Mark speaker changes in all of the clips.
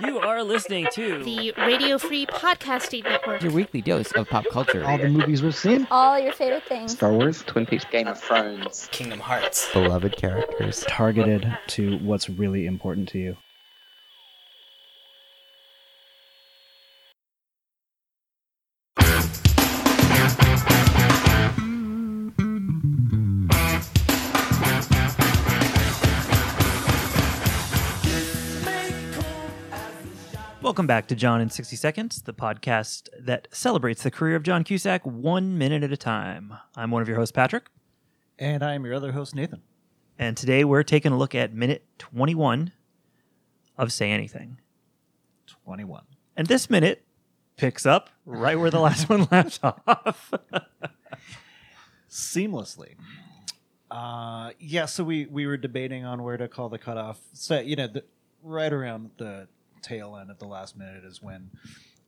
Speaker 1: You are listening to
Speaker 2: the Radio Free Podcasting Network.
Speaker 3: Your weekly dose of pop culture.
Speaker 4: All the movies we've seen.
Speaker 5: All your favorite things.
Speaker 4: Star Wars.
Speaker 6: Twin Peaks, Game of Thrones, Kingdom Hearts.
Speaker 3: beloved characters.
Speaker 7: targeted to what's really important to you.
Speaker 8: Welcome back to John in 60 Seconds, the podcast that celebrates the career of John Cusack one minute at a time. I'm one of your hosts, Patrick,
Speaker 9: And I am your other host, Nathan.
Speaker 8: and today we're taking a look at minute 21 of Say Anything.
Speaker 9: 21.
Speaker 8: And this minute picks up right where the last one left off.
Speaker 9: Seamlessly. Uh, yeah, so we, we were debating on where to call the cutoff. So, you know, the, right around the tail end of the last minute is when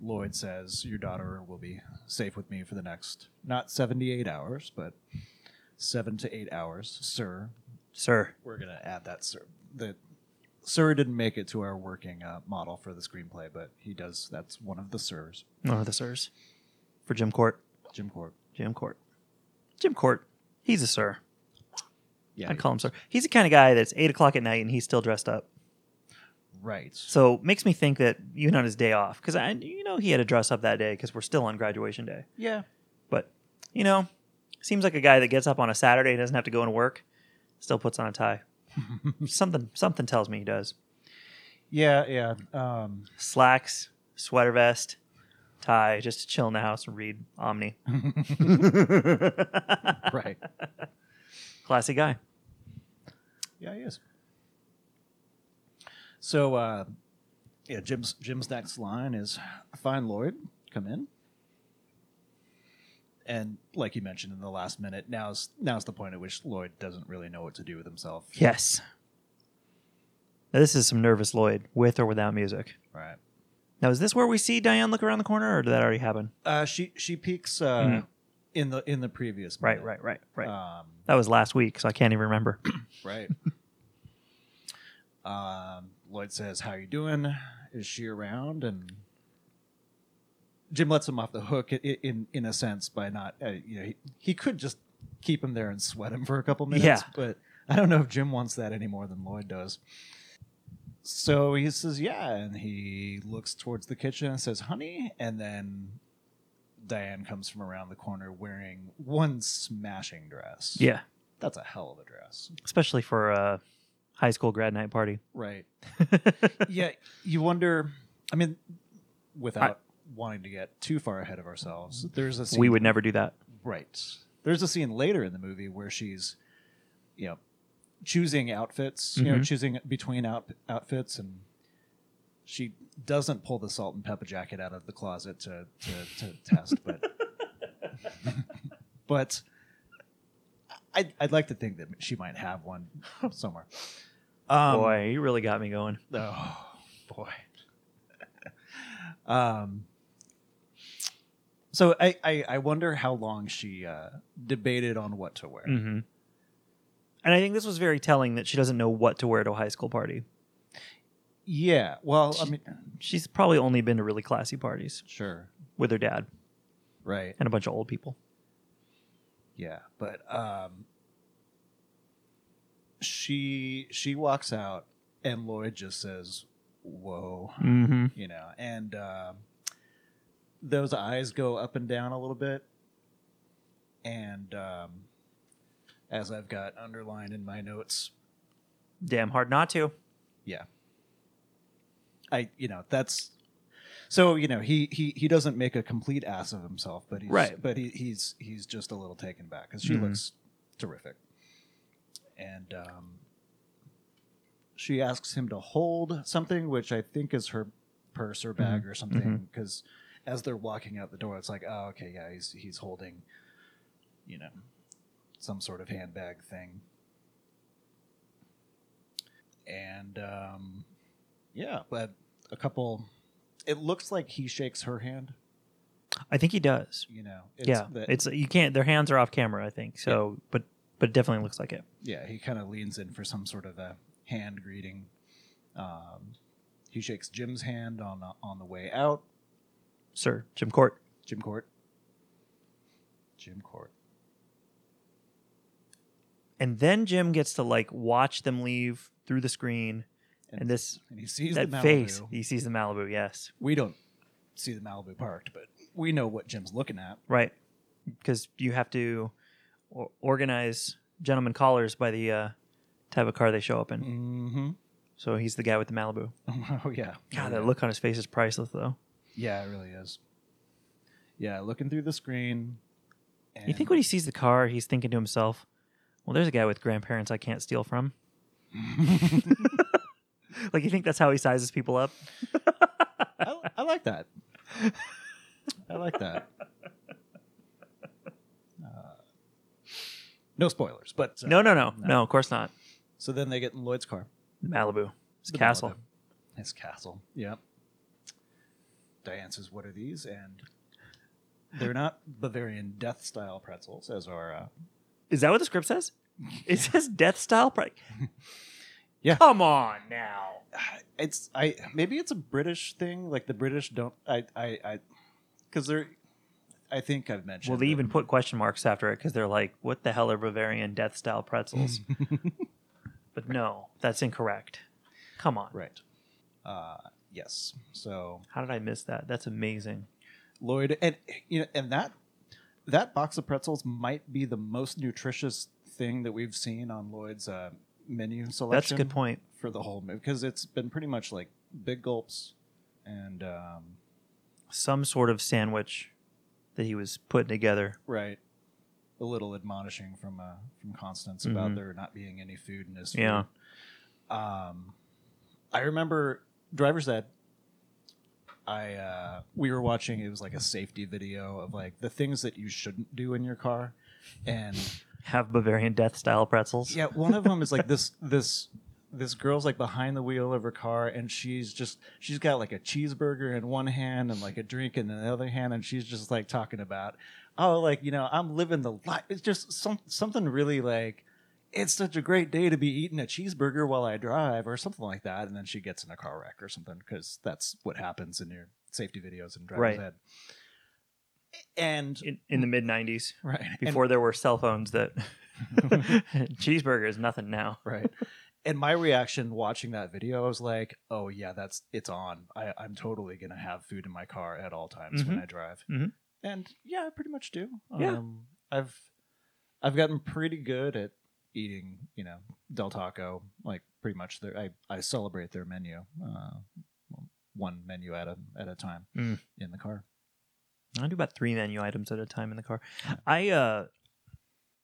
Speaker 9: Lloyd says, Your daughter will be safe with me for the next, not 78 hours, but seven to eight hours, sir.
Speaker 8: Sir,
Speaker 9: We're going to add that, sir. The, sir didn't make it to our working uh, model for the screenplay, but he does. That's one of the sirs,
Speaker 8: one of the sirs, for Jim Court.
Speaker 9: Jim Corp.
Speaker 8: Jim Court. Jim Court, he's a sir.
Speaker 9: Yeah,
Speaker 8: I'd call him sir. He's the kind of guy that's 8 o'clock at night and he's still dressed up.
Speaker 9: right.
Speaker 8: So makes me think that even on his day off, because I, you know, he had to dress up that day because we're still on graduation day.
Speaker 9: Yeah.
Speaker 8: But you know, seems like a guy that gets up on a Saturday and doesn't have to go into work, still puts on a tie. something, something tells me he does.
Speaker 9: Yeah, yeah. Um,
Speaker 8: Slacks, sweater vest, tie, just to chill in the house and read Omni.
Speaker 9: right.
Speaker 8: Classy guy.
Speaker 9: Yeah, he is. So, uh, yeah, Jim's Jim's next line is, "Fine, Lloyd, come in." And like you mentioned in the last minute, now's now's the point at which Lloyd doesn't really know what to do with himself.
Speaker 8: Yes. Now, this is some nervous Lloyd, with or without music.
Speaker 9: Right.
Speaker 8: Now, is this where we see Diane look around the corner, or did that already happen?
Speaker 9: Uh, she she peeks uh, in the in the previous
Speaker 8: Mm-hmm. Right,
Speaker 9: minute.
Speaker 8: right, right, right.
Speaker 9: Um,
Speaker 8: that was last week, so I can't even remember.
Speaker 9: Right. um, Lloyd says, "How you doing? Is she around?" And Jim lets him off the hook i- i- in in a sense by not, uh, you know, he, he could just keep him there and sweat him for a couple minutes.
Speaker 8: Yeah.
Speaker 9: But I don't know if Jim wants that any more than Lloyd does. So he says, "Yeah," and he looks towards the kitchen and says, "Honey," and then. Diane comes from around the corner wearing one smashing dress.
Speaker 8: yeah,
Speaker 9: That's a hell of a dress.
Speaker 8: especially for a high school grad night party.
Speaker 9: Right. yeah, you wonder. I mean, without wanting to get too far ahead of ourselves, there's a scene,
Speaker 8: we would never do that.
Speaker 9: right. There's a scene later in the movie where she's, you know, choosing outfits. You know,
Speaker 8: Mhm.
Speaker 9: choosing between out, outfits, and she doesn't pull the salt and pepper jacket out of the closet to to, to test, but but. I'd, I'd like to think that she might have one somewhere. Um,
Speaker 8: Boy, you really got me going.
Speaker 9: Oh boy. um. So I, I I wonder how long she uh, debated on what to wear.
Speaker 8: Mm-hmm. And I think this was very telling that she doesn't know what to wear to a high school party.
Speaker 9: Yeah. Well, I mean,
Speaker 8: She's probably only been to really classy parties
Speaker 9: sure.
Speaker 8: with her dad
Speaker 9: Right.
Speaker 8: and a bunch of old people.
Speaker 9: Yeah. But um. She she walks out, and Lloyd just says, "Whoa."
Speaker 8: Mm-hmm.
Speaker 9: you know and um those eyes go up and down a little bit and um, as i've got underlined in my notes
Speaker 8: Damn hard not to.
Speaker 9: yeah i you know that's so you know he he, he doesn't make a complete ass of himself but he's
Speaker 8: Right.
Speaker 9: but he, he's he's just a little taken back because she
Speaker 8: Mhm.
Speaker 9: looks terrific and um she asks him to hold something which i think is her purse or bag or something because as they're walking out the door it's like oh okay yeah he's he's holding you know some sort of handbag thing and um, yeah, but a couple. It looks like he shakes her hand.
Speaker 8: I think he does.
Speaker 9: You know, it's
Speaker 8: yeah,
Speaker 9: the-
Speaker 8: it's you can't. Their hands are off camera, I think. So, but but it definitely looks like it.
Speaker 9: yeah. He kind of leans in for some sort of a hand greeting. Um, He shakes Jim's hand on on the way out.
Speaker 8: Sir Jim Court.
Speaker 9: Jim Court. Jim Court.
Speaker 8: And then Jim gets to like watch them leave through the screen, and, this
Speaker 9: and he sees
Speaker 8: that
Speaker 9: the Malibu.
Speaker 8: face he sees the Malibu. Yes,
Speaker 9: We don't see the Malibu parked, but we know what Jim's looking at.
Speaker 8: right, because you have to o- organize gentlemen callers by the uh, type of car they show up in.
Speaker 9: Mm-hmm.
Speaker 8: So he's the guy with the Malibu.
Speaker 9: Oh yeah.
Speaker 8: God, that look on his face is priceless, though.
Speaker 9: Yeah, it really is. Yeah, looking through the screen. And
Speaker 8: You think when he sees the car, he's thinking to himself, "Well, there's a guy with grandparents I can't steal from." like you think that's how he sizes people up?
Speaker 9: I, I like that. I like that. Uh, no spoilers, but uh,
Speaker 8: No, no, no, no. Of course not.
Speaker 9: So then they get in Lloyd's car.
Speaker 8: Malibu. It's a
Speaker 9: The
Speaker 8: castle.
Speaker 9: Malibu. His castle. Yep. Diane says, "What are these?" And they're not Bavarian death style pretzels, as are. Uh,
Speaker 8: Is that what the script says? It says death style. Pri-
Speaker 9: Yeah.
Speaker 8: Come on now.
Speaker 9: it's I maybe it's a British thing. Like the British don't. I I I because they're. I think I've mentioned.
Speaker 8: Well, they
Speaker 9: that-
Speaker 8: even put question marks after it because they're like, "What the hell are Bavarian death style pretzels?" but no, that's incorrect. Come on.
Speaker 9: Right. Uh, yes. So
Speaker 8: How did I miss that? That's amazing.
Speaker 9: Lloyd and you know and that that box of pretzels might be the most nutritious thing that we've seen on Lloyd's uh, menu selection.
Speaker 8: That's a good point.
Speaker 9: for the whole movie because it's been pretty much like big gulps and um,
Speaker 8: Some sort of sandwich that he was putting together.
Speaker 9: right a little admonishing from uh, from Constance
Speaker 8: Mhm.
Speaker 9: about there not being any food in his food.
Speaker 8: Yeah.
Speaker 9: Um, I remember driver's ed. I uh, we were watching. It was like a safety video of like the things that you shouldn't do in your car, and
Speaker 8: Have Bavarian death style pretzels.
Speaker 9: yeah, one of them is like this this this girl's like behind the wheel of her car, and she's just she's got like a cheeseburger in one hand and like a drink in the other hand, and she's just like talking about oh like you know I'm living the life. It's just some something really like. It's such a great day to be eating a cheeseburger while I drive, or something like that. And then she gets in a car wreck or something, because that's what happens in your safety videos and driver's
Speaker 8: Right.
Speaker 9: ed. And
Speaker 8: In, in the mid 90s,
Speaker 9: right and-
Speaker 8: before there were cell phones that cheeseburger is nothing now.
Speaker 9: right and my reaction watching that video i was like oh yeah that's it's on I, i'm totally gonna have food in my car at all times when i drive
Speaker 8: Mhm.
Speaker 9: and yeah i pretty much do
Speaker 8: Yeah.
Speaker 9: um, i've i've gotten pretty good at eating you know del taco like pretty much their i, I celebrate their menu uh, one menu at a at a time
Speaker 8: Mm.
Speaker 9: in the car
Speaker 8: I do about three menu items at a time in the car. I, uh,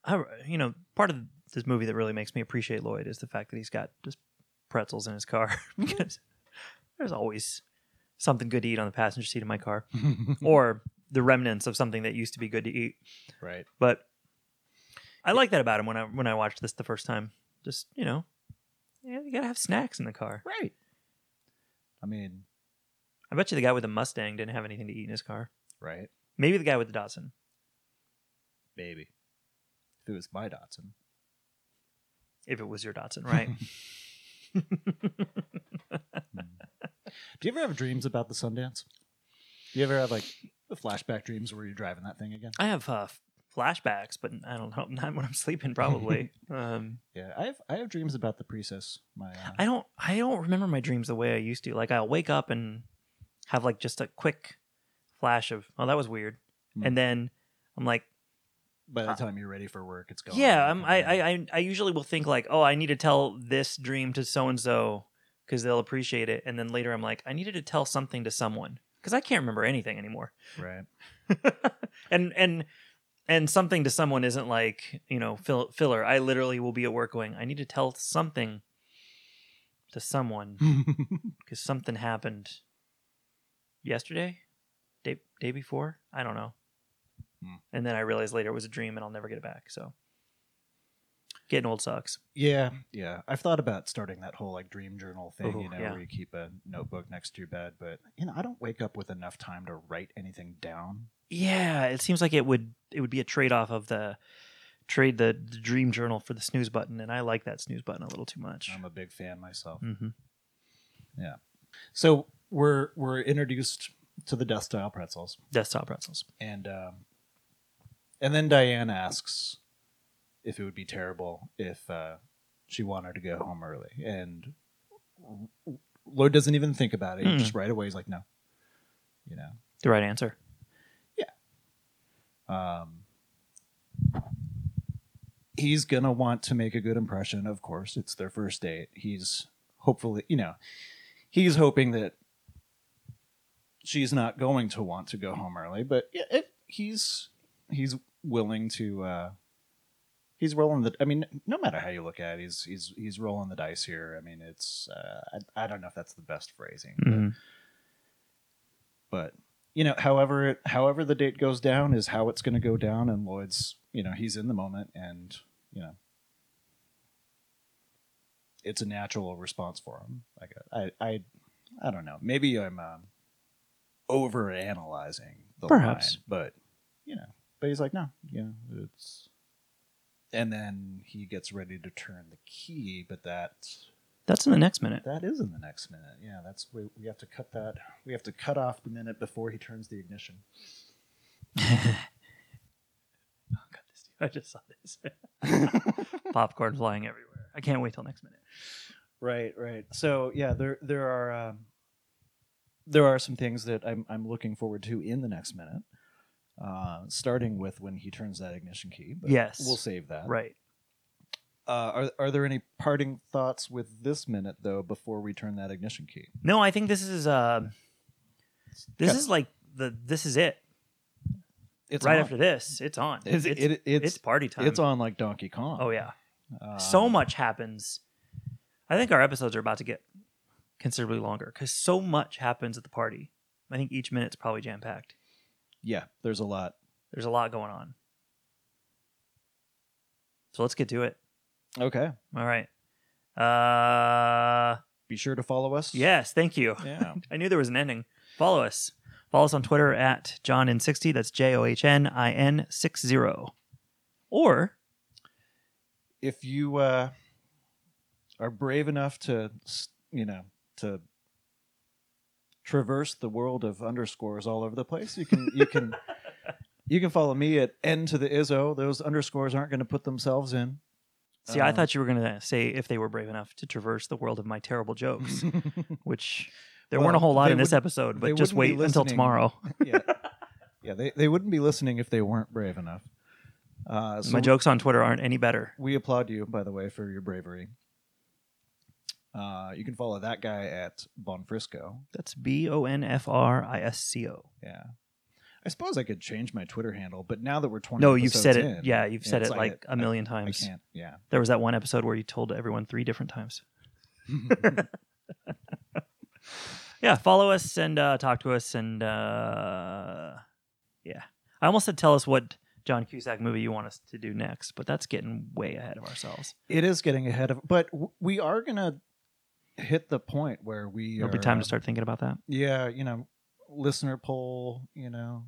Speaker 8: I, you know, part of this movie that really makes me appreciate Lloyd is the fact that he's got just pretzels in his car because there's always something good to eat on the passenger seat of my car or the remnants of something that used to be good to eat.
Speaker 9: right
Speaker 8: But I like that about him when I when I watched this the first time. Just you know, yeah, you gotta have snacks in the car.
Speaker 9: right i mean
Speaker 8: I bet you the guy with the Mustang didn't have anything to eat in his car.
Speaker 9: right
Speaker 8: Maybe the guy with the Datsun.
Speaker 9: baby if it was my dotson
Speaker 8: If it was your Datsun, right?
Speaker 9: Do you ever have dreams about the Sundance? Do you ever have like the flashback dreams where you're driving that thing again?
Speaker 8: I have uh, flashbacks, but I don't know. Not when I'm sleeping, probably. um,
Speaker 9: Yeah, I have. I have dreams about the Prius. My uh,
Speaker 8: I don't. I don't remember my dreams the way I used to. Like I'll wake up and have like just a quick flash of, oh, that was weird,
Speaker 9: Hmm.
Speaker 8: and then I'm like,
Speaker 9: by the time you're ready for work, it's gone.
Speaker 8: uh, yeah. I'm, I, I I I usually will think like, oh, I need to tell this dream to so and so because they'll appreciate it, and then later I'm like, I needed to tell something to someone because I can't remember anything anymore.
Speaker 9: right.
Speaker 8: and and and something to someone isn't like you know fill, filler i literally will be at work going i need to tell something to
Speaker 9: Hmm.
Speaker 8: someone because something happened yesterday day, day before i don't know
Speaker 9: Hmm.
Speaker 8: and then i realized later it was a dream and i'll never get it back so getting old sucks
Speaker 9: yeah, yeah. I've thought about starting that whole like dream journal thing,
Speaker 8: Ooh,
Speaker 9: you know,
Speaker 8: yeah.
Speaker 9: where you keep a notebook next to your bed. But you know, I don't wake up with enough time to write anything down.
Speaker 8: yeah it seems like it would it would be a trade-off of the trade the, the dream journal for the snooze button and i like that snooze button a little too much
Speaker 9: I'm a big fan myself.
Speaker 8: mm-hmm.
Speaker 9: So we're we're introduced to the death style pretzels,
Speaker 8: Desktop pretzels.
Speaker 9: and um, and then Diane asks if it would be terrible if uh, she wanted to go home early, and Lloyd doesn't even think about it. He
Speaker 8: Hmm.
Speaker 9: just right away is like, no, you know.
Speaker 8: The right answer.
Speaker 9: Um, he's gonna want to make a good impression. Of course, it's their first date. He's hopefully, you know, he's hoping that she's not going to want to go home early, but i- if he's he's willing to. Uh, He's rolling the. I mean, no matter how you look at it, he's he's he's rolling the dice here. I mean, it's. Uh, I, I don't know if that's the best phrasing, but
Speaker 8: Mm-hmm.
Speaker 9: but you know however it, however the date goes down is how it's going to go down and lloyd's you know he's in the moment and you know it's a natural response for him like i i i don't know maybe i'm um, over analyzing the
Speaker 8: Perhaps.
Speaker 9: line, but you know but he's like no yeah it's and then he gets ready to turn the key but that
Speaker 8: That's in the next minute.
Speaker 9: that is in the next minute. Yeah, that's we, we have to cut that. We have to cut off the minute before he turns the ignition.
Speaker 8: Oh, God, this dude, I just saw this. Popcorn flying everywhere. I can't wait till next minute.
Speaker 9: Right, right. So yeah, there there are um, there are some things that I'm I'm looking forward to in the next minute. Uh, starting with when he turns that ignition key. But
Speaker 8: Yes.
Speaker 9: we'll save that.
Speaker 8: Right.
Speaker 9: Uh, are are there any parting thoughts with this minute though before we turn that ignition key?
Speaker 8: No, I think this is uh, this
Speaker 9: Cut.
Speaker 8: is like the this is it.
Speaker 9: It's
Speaker 8: right
Speaker 9: on.
Speaker 8: after this, it's on.
Speaker 9: It's, it, it's,
Speaker 8: it's party time.
Speaker 9: It's on like Donkey Kong.
Speaker 8: Oh yeah.
Speaker 9: Um,
Speaker 8: so much happens. I think our episodes are about to get considerably longer because so much happens at the party. I think each minute's probably jam packed.
Speaker 9: Yeah, there's a lot.
Speaker 8: There's a lot going on. So let's get to it.
Speaker 9: Okay.
Speaker 8: All right. Uh
Speaker 9: Be sure to follow us.
Speaker 8: yes, thank you.
Speaker 9: Yeah.
Speaker 8: I knew there was an ending. Follow us. Follow us on Twitter at JohnIn60. That's J O H N I N 60. Or
Speaker 9: if you uh, are brave enough to s- you know to traverse the world of underscores all over the place you can you can you can follow me at n to the iso those underscores aren't going to put themselves in
Speaker 8: see, I
Speaker 9: Um,
Speaker 8: thought you were gonna say if they were brave enough to traverse the world of my terrible jokes. which there weren't a
Speaker 9: Well,
Speaker 8: whole lot
Speaker 9: they
Speaker 8: in this
Speaker 9: would-
Speaker 8: episode,
Speaker 9: they
Speaker 8: but just
Speaker 9: wouldn't be
Speaker 8: wait until
Speaker 9: listening.
Speaker 8: tomorrow.
Speaker 9: yeah yeah they, they wouldn't be listening if they weren't brave enough uh, so
Speaker 8: My jokes on Twitter aren't any better.
Speaker 9: we applaud you by the way for your bravery uh, you can follow that guy at bonfrisco
Speaker 8: That's B O N F R I S C O.
Speaker 9: Yeah. I suppose I could change my Twitter handle, but now that we're 20
Speaker 8: No, you've said it.
Speaker 9: episodes in,
Speaker 8: yeah, you've said
Speaker 9: it's
Speaker 8: it like
Speaker 9: I-
Speaker 8: a million
Speaker 9: I, I
Speaker 8: times.
Speaker 9: can't. Yeah.
Speaker 8: There was that one episode where you told everyone three different times. Yeah, follow us and uh, talk to us and uh, yeah. I almost said tell us what John Cusack movie you want us to do next, but that's getting way ahead of ourselves.
Speaker 9: it is getting ahead of but w- we are going to hit the point where we
Speaker 8: It'll be
Speaker 9: are,
Speaker 8: time
Speaker 9: uh,
Speaker 8: to start thinking about that.
Speaker 9: Yeah, you know, listener poll, you know.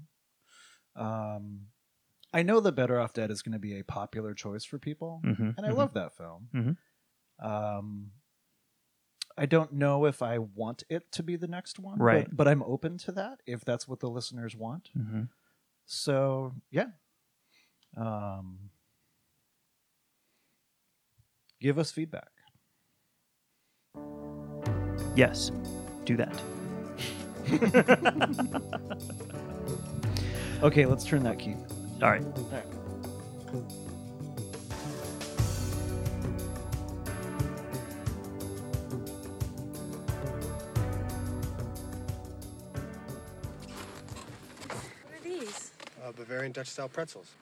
Speaker 9: Um I know that Better Off Dead is going to be a popular choice for people.
Speaker 8: Mm-hmm.
Speaker 9: and I love that film.
Speaker 8: Mhm.
Speaker 9: Um, I don't know if I want it to be the next one, but-
Speaker 8: Right.
Speaker 9: But, I'm open to that if that's what the listeners want.
Speaker 8: hmm
Speaker 9: So yeah, um, give us feedback.
Speaker 8: Yes, do that.
Speaker 9: Okay, let's turn that key.
Speaker 8: All right.
Speaker 1: What are these?
Speaker 4: Uh, Bavarian Dutch style pretzels.